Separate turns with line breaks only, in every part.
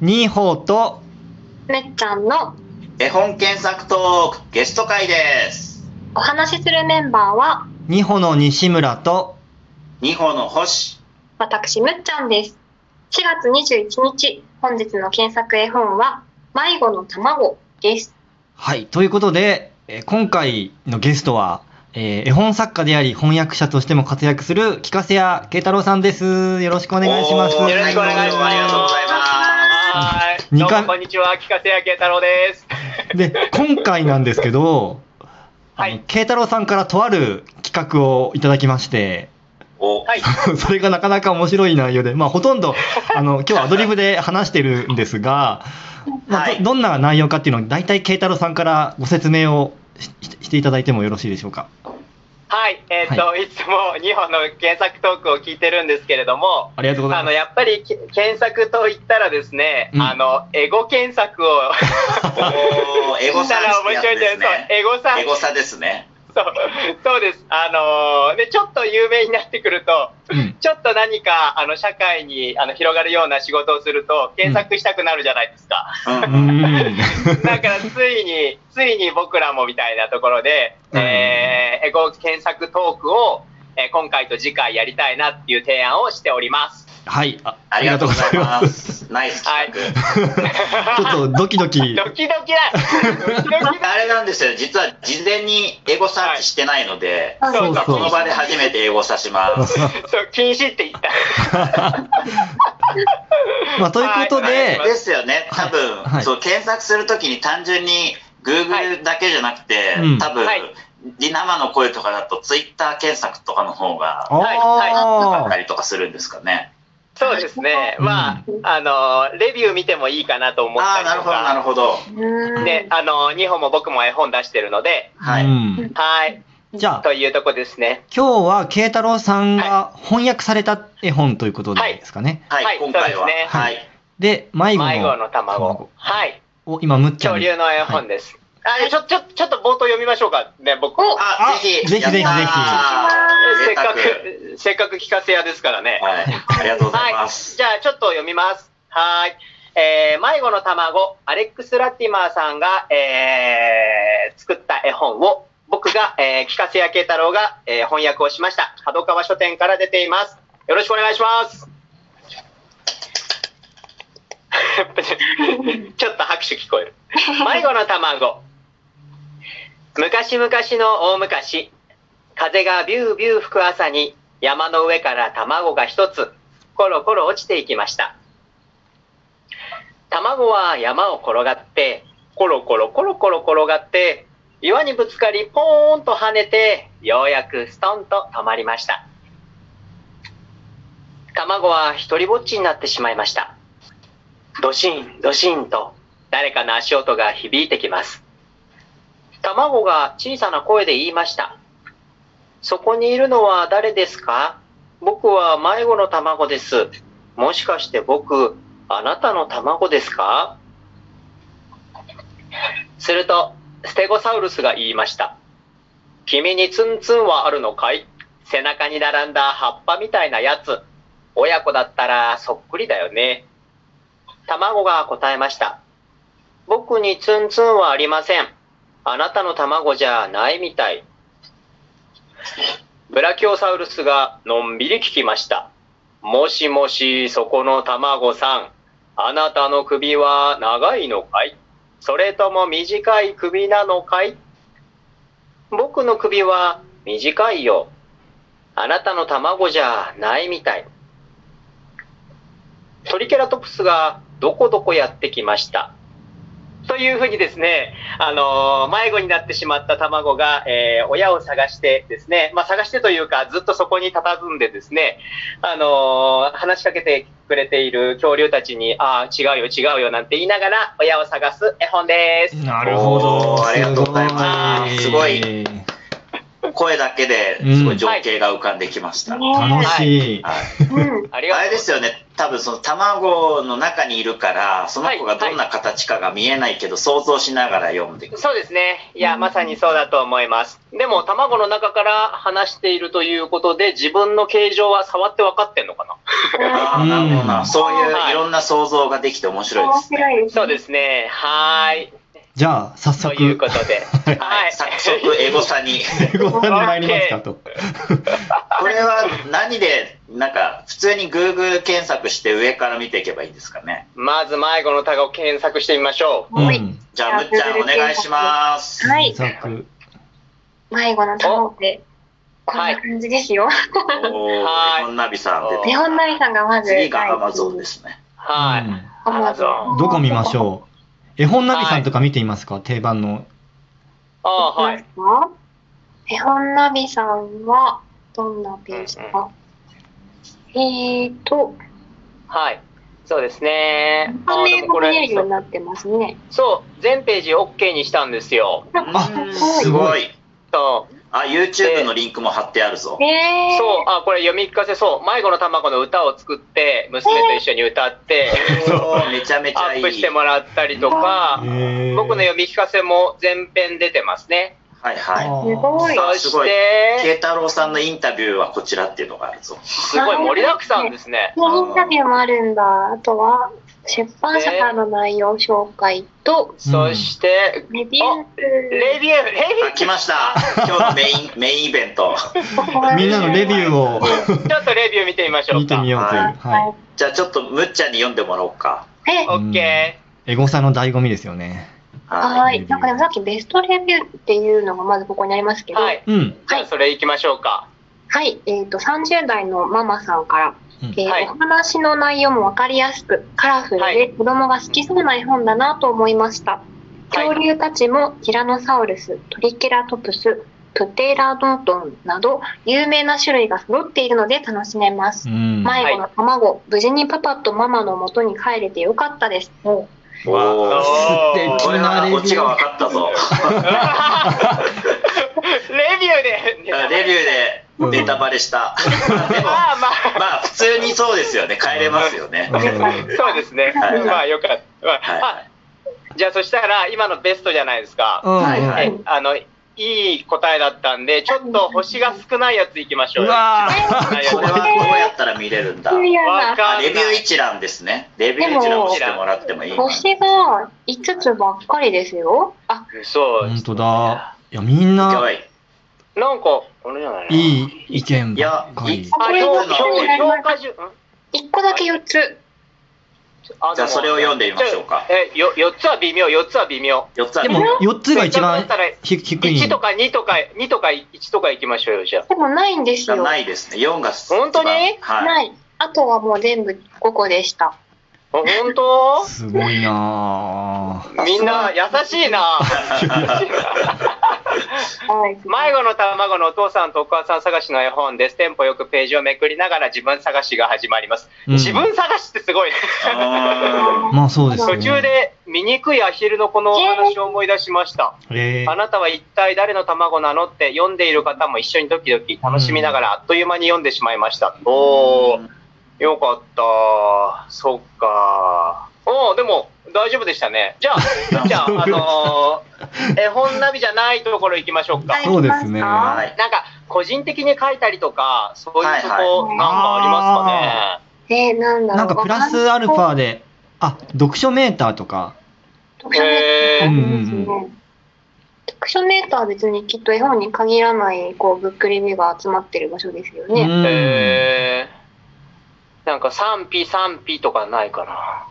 二歩と
めっちゃんの
絵本検索トークゲスト会です。
お話しするメンバーは
二歩の西村と
二歩の星。
私むっちゃんです4月21日本日の検索絵本は迷子の卵です
はいということで、えー今回のゲストは、えー絵本作家であり翻訳者としても活躍する木瀬谷慶太郎さんですよろしくお
お
願いします
よろしくお願いします。ありがとうございま
はい。
二
どう
回
もこんにちは、木下谷慶太郎です。
で今回なんですけど
はい
あの慶太郎さんからとある企画をいただきまして
す。お、
はい。
それがなかなか面白い内容で、まあ、ほとんどあの今日はアドリブで話してるんですが、まあ
はい
どどんな内容かっていうのを大体慶太郎さんからご説明をしししていただいてもよろしいでしょうか
はい。えっ、と、い、つも日本の検索トークを聞いてるんですけれども、
ありがとうござ
あ
い
の、
ます
やっぱりけ検索と言ったらですね、
うん
あの、エゴ検索を
おー、エゴ
し
サ
たら
ー
面
やつ
白いんじゃな
で
い
す ね。
エゴさん
エ。ゴサですね。
そう、そうです。あのーで、ちょっと有名になってくると、
うん
ちょっと何か、あの、社会に、あの、広がるような仕事をすると、検索したくなるじゃないですか。
うん
うーん
だからついに、ついに僕らもみたいなところで、
うん
えー、エゴ検索トークを、えー今回と次回やりたいなっていう提案をしております。
はいあ
ありがとうござい
あ
ま
りがとうございます
す。ナイス企画。
ちょっとドキド キ
ドキドキだドキドキだ
あれなんですよ、実は事前にエゴサーチしてないので、
はい
そうそう
この場で初めてエゴサします。
そう、禁止って言った。
まあということで
は
ですよね、多分、
はい
そう検索するときに単純に
は
Google
い
だけじゃなくて、
うん
多分、
はい
リ生の声とかだと Twitter 検索とかの方が
お
はいはい
あっ
ー
たりとかするんですかね。
そうですね。ま
うん
あ、あのーレビュー見てもいいかなと思っ
あ
た
あー、
り
なる
と
ほど、なる
か。
ほど。
うーん
で、あのー、日本も僕も絵本出してるので、
はい。
うん
はい、
じゃあ
というとこですね。
今日は慶太郎さんが翻訳された絵本ということでですかね、
はい、
はい
今回は、
そうですね
はい。
で迷子
迷子
の
の卵
卵。
はい。
を今むっちゃん
恐
に
竜の絵
はい
本です。あ、ちょ、ちょ、ちょっと冒頭読みましょうかね、僕。
お
あ
あ、
ぜひ、
ぜひぜひぜひ
やったー
せっか
贅
く、せっかく聞かせ屋ですからね。
沢はい、ありがとうござい
は
ま
い。
す。
じゃあ、ちょっと読みます。はーい。えー迷子の卵、アレックス・ラティマーさんが、えー作った絵本を、僕が、えー、聞かせや慶太郎が、えー翻訳をしました。角川書店から出ています。よろしくお願いします。 ちょっと拍手聞こえる。迷子の卵。昔々の大昔、風がビュービュー吹く朝に山の上から卵が一つコロコロ落ちていきました卵は山を転がってコロコロコロコロ転がって岩にぶつかりポーンと跳ねてようやくストンと止まりました卵は一りぼっちになってしまいましたドシンドシンと誰かの足音が響いてきます卵が小さな声で言いましたそこにいるのは誰ですか僕は迷子の卵です。もしかして僕、あなたの卵ですかすると、ステゴサウルスが言いました。君にツンツンはあるのかい背中に並んだ葉っぱみたいなやつ。親子だったらそっくりだよね。卵が答えました。僕にツンツンはありません。あなたの卵じゃないみたい。ブラキオサウルスがのんびり聞きました。もしもし、そこの卵さん。あなたの首は長いのかいそれとも短い首なのかい僕の首は短いよ。あなたの卵じゃないみたい。トリケラトプスがどこどこやってきました。というふうにですね、あのー迷子になってしまった卵が、えー親を探してですね、まあ、探してというか、ずっとそこに佇んでですね、あのー話しかけてくれている恐竜たちに、ああ、違うよ、違うよ、なんて言いながら、親を探す絵本です。
なるほど
おーありがとうございます
ご
すごい声だけですごい情景が浮かんできました。はい。
楽しい。
うん。
ありが
あ
とう
れですよね、多分その卵の中にいるから、その子がどんな形かが見えないけど、想像しながら読んでいく。
そうですね。いや、まさにそうだと思います。でも、卵の中から話しているということで、自分の形状は触って分かってんのかな
ああ、なるほどな。そういういろんな想像ができて面白いで
面
すね。
白いですね。
そうですね。はーい。
じゃあ、早
と
速、
いうことで。
はい。早速、エゴサに。
ご飯に参りますかと。
これは何で、なんか、普通に Google 検索して上から見ていけばいいんですかね。
まず、迷子のタグを検索してみましょう。
う
はい
ん。
じゃあ、むっちゃんお願いします。
は
検
い
索。
迷子の卵って、こんな感じですよ。
お
は
ー、
い
日本ナビさん出てき
日
た
本ナビさんがまず、。
次が Amazon ですすね。
はい。
う
Amazon
んどこ見ましょう絵本ナビさんとか見ていますか定番の。
ああ、
は
はいい。。
絵本ナビさんは、どんなページか。えーと、
はい。そうですね。
本
ー
英語見えるようになってますね。
そう、全ページ OK にしたんですよ。
あ
うん
す
す
ご
ご
い
い。
そう。
あ、YouTube のリンクも貼ってあるぞ。
えー、
そう、あ、これ読み聞かせ、そう、迷子の卵の歌を作って、娘と一緒に歌って、
おーめちゃめち
ア
ゃい
ッ
い。
プしてもらったりとか、
へー
僕の読み聞かせも全編出てますね。
はいは
すごい
そ
すご
し
いい。慶
て、
太郎さんのインタビューはこちらっていうのがあるぞ。
すごい盛りだくさんですね。
でインタビューもあるんだ。あとは、出版社からの内容紹介と、
そして、
レビュー
レビュー、レビ
あ、来ました。今日のメイン、メ インイベント。
みんなのレビューを
ュー、ちょっとレビュー見てみましょうか。
見てみようという。
はい
は
じゃあちょっとむっちゃんに読んでもらおうか。。
え、
オッケ
い。エゴサの醍醐味ですよね。
はいい。なんかでもさっきベストレビューっていうのがまずここにありますけ
ー。
ど、
は
はい。
い。
うん。
じゃあ、それ行きましょうか。
えっ、と、30代のママさんから、
うん
えー
はい
お話の内容もわかりやすく、カラフル
は
で
い
子供が好きそうな絵本だなと思いました。恐
はい。
竜たちもティラノサウルス、トリケラトプス、プテラノドンなど有名な種類が揃っているので楽しめます
う。ん。
迷子の卵、無事にパパとママの元に帰れてよかったです。
おー
おー
素敵
これはオチが分かったぞ。
レビューで。
レビューでネタバレした。でも、
まあまあ、
まあ普通にそうですよね。帰れますよね。
うん
そうですね。
はい
まあよかった。まあ
は
あじゃあそしたら、今のベストじゃないですか。
うん
はいは
え
い
あの、いい答えだったんで、ちょっと星が少ないやついきましょう
う
よ。
わ
少ない
い。
やつ
これはどうやったら見れるんだ。
いや
わ
な
あ
か
レ
ん
ビ
な
ュー
い。
一覧ですね。レビュー一覧をしてもらってもいいかな。
星が5つばっかりですよ。あ、
そ
ー
う。
本当だ。いや、みんな、
なんか、あれじゃないの
いい意見
いや
ばっかり。
あ、
これ
評
これ
評評価順。ん
1個だけ4つ。
あ
じゃあそれを読んでみましょうか。
え、よ、4つは微妙、4つは微妙。
4つあ
で
る
も
ね。、
4つが一
せ
番
っかくだったら
ひ低い
1。とか2とか、2とか1とか行きましょうよ、じゃあ。
でもないんです
が
よ。
な
ない。
いですね。4が一番
本当に
はい。
あとはもう全部5個でした。
あ本 当
すごいなぁ。
みんな優しいな。
はい。
迷子の卵のお父さんとお母さん探しの絵本です。テンポよくページをめくりながら自分探しが始まります。
うん
自分探しってすごいね。
うーん
まあそうですね。
途中で醜いアヒルのこのお話を思い出しました。
えー
あなたは一体誰の卵なのって読んでいる方も一緒にドキドキ楽しみながらあっという間に読んでしまいました。おー、よかった。そっか。おー、でも大丈夫でしたね。じゃ あ、じゃあ、あのー、絵本ナビじゃないところ行きましょうか。
そうですね。
は
はい。
なんか個人的に書いたりとか、そういうと
はい
こ、
はい
なんかあり
え
ま
ー、なんだろう。
なんかプラスアルファで、あ、読書メーターとか。
読書メーターで
へ
すね
ーうんう
読書メーターは別にきっと絵本に限らないこうブックレビューが集まってる場所ですよ
う
ね。
す
ん
ね。へーなんか賛否賛否とかないか
な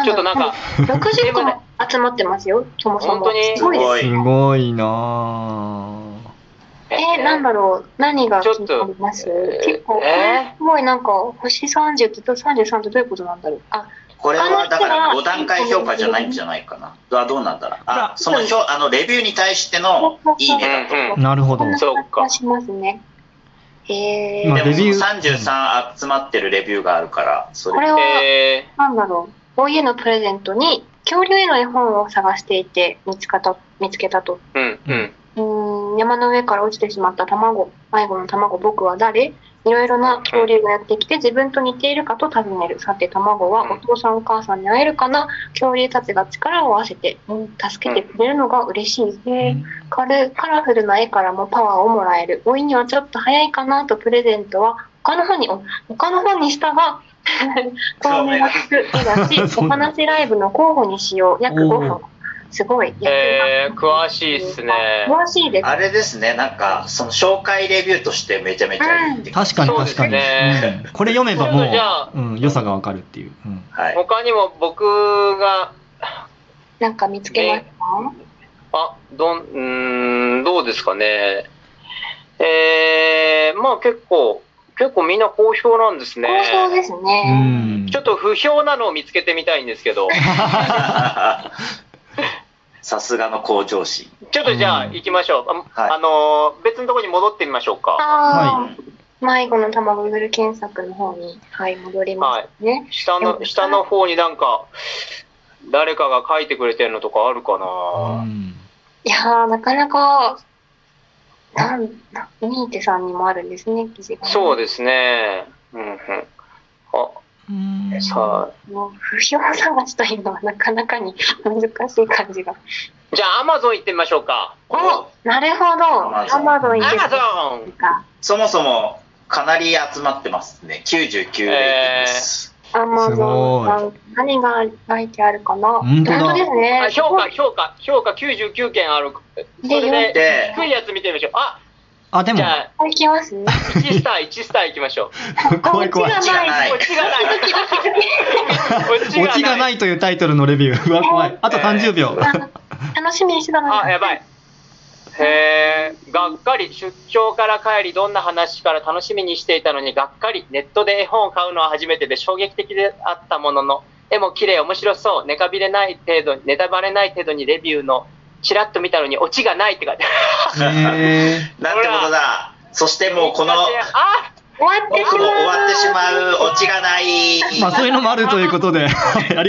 な。ちょっとなんか、
60個も集まってますよ、そもそも。
本当に
すごいです。
い
すごいな
えー、なんだろう、何が気になります
ちょっと
結構、
えー
すごいなんか、星30と33ってどういうことなんだろう。あ、
これはだから5段階評価じゃないんじゃないかな。あどうなんだろう。あ、その評あのレビューに対してのいいねだと。
うん
ぁ。なるほど
こん。な
そう
感じがしますね。え
まあ
で
ー、
レビュ
も
ー
33集まってるレビューがあるから、そ
こ
れ。
れは、
え
なんだろう、こういうのプレゼントに、恐竜への絵本を探していて見つかた見つけたと。
ー、うんうん。
うーん、山の上から落ちてしまった卵、迷子の卵、僕は誰いろいろな恐竜がやってきて自分と似ているかと尋ねる。さて、卵はお父さんお母さんに会えるかな恐竜たちが力を合わせて助けてくれるのが嬉しい。カルカラフルな絵からもパワーをもらえる。老いにはちょっと早いかなとプレゼントは他の方に、お他の方にしたが、 透明がつく絵だし、 お話ライブの候補にしよう。約5分。すごい。
えー、詳しいっすね。
詳しいです。
あれですね、なんか、その紹介レビューとしてめちゃめちゃいいって
確かに確かに。
そうですね
うんこれ読めばも
じゃあ
う、うん、良さがわかるっていう。うん
はい。
他にも僕が、
なんか見つけました、
あ、どん、うーん、どうですかね。えー、まあ結構、結構みんな好評なんですね。
好評です
う
ね。
ん
ちょっと不評なのを見つけてみたいんですけど、
さすがの向上心。
ちょっとじゃあ行きましょう。あ,、
はい
あのー別のところに戻ってみましょうか。
あ
は
あ、迷子の卵 Google 検索の方に、はい、戻りますね。
下の、下の方になんか、誰かが書いてくれてるのとかあるか
う
な。
ん
いやー、なかなか、なん、なミーテさんにもあるんですね、記事が。
そう
で
ですね。うんうん。
うん
あ、さ
す。不評探しというのはなかなかに難しい感じが。
あ、じゃあアマゾン行ってみましょうか。
おなるほど。ア
Amazon
マゾン
ア
に
マ
出
ゾ
て
ン
るか。
そもそも、かなり集まってますね。99レーティングです。
アマゾンさん、何が書いてあるかな。
本
本
当だ
当ですね
あ。評価、評価、評価99件ある。それ
で
で
で、
低いやつ見てみましょう。あ、
あ、でも
じ、ゃあ、
いきますね。
1スター、1スター行きましょう。
怖い怖い
あ。オチがない。
はい
オチがない。オ。
オチがないいというタイトルのレビュー。うわ、怖い。あと30秒。
あ楽しみにしてたのに。
あ、やばい。へーがっかり、出張から帰り、どんな話から楽しみにしていたのに、がっかり、ネットで絵本を買うのは初めてで衝撃的であったものの、絵も綺麗、面白そう、ネタビレない程度、ネタバレない程度にレビューの、チラッと見たのに、オチがないって書いてある。
えー
なんてことだ。そしてもうこの、もう
あ
終わってし
終
まう。
わってしまう、オチがない。
まあ、そういうのもあるということで。はいありがとうございます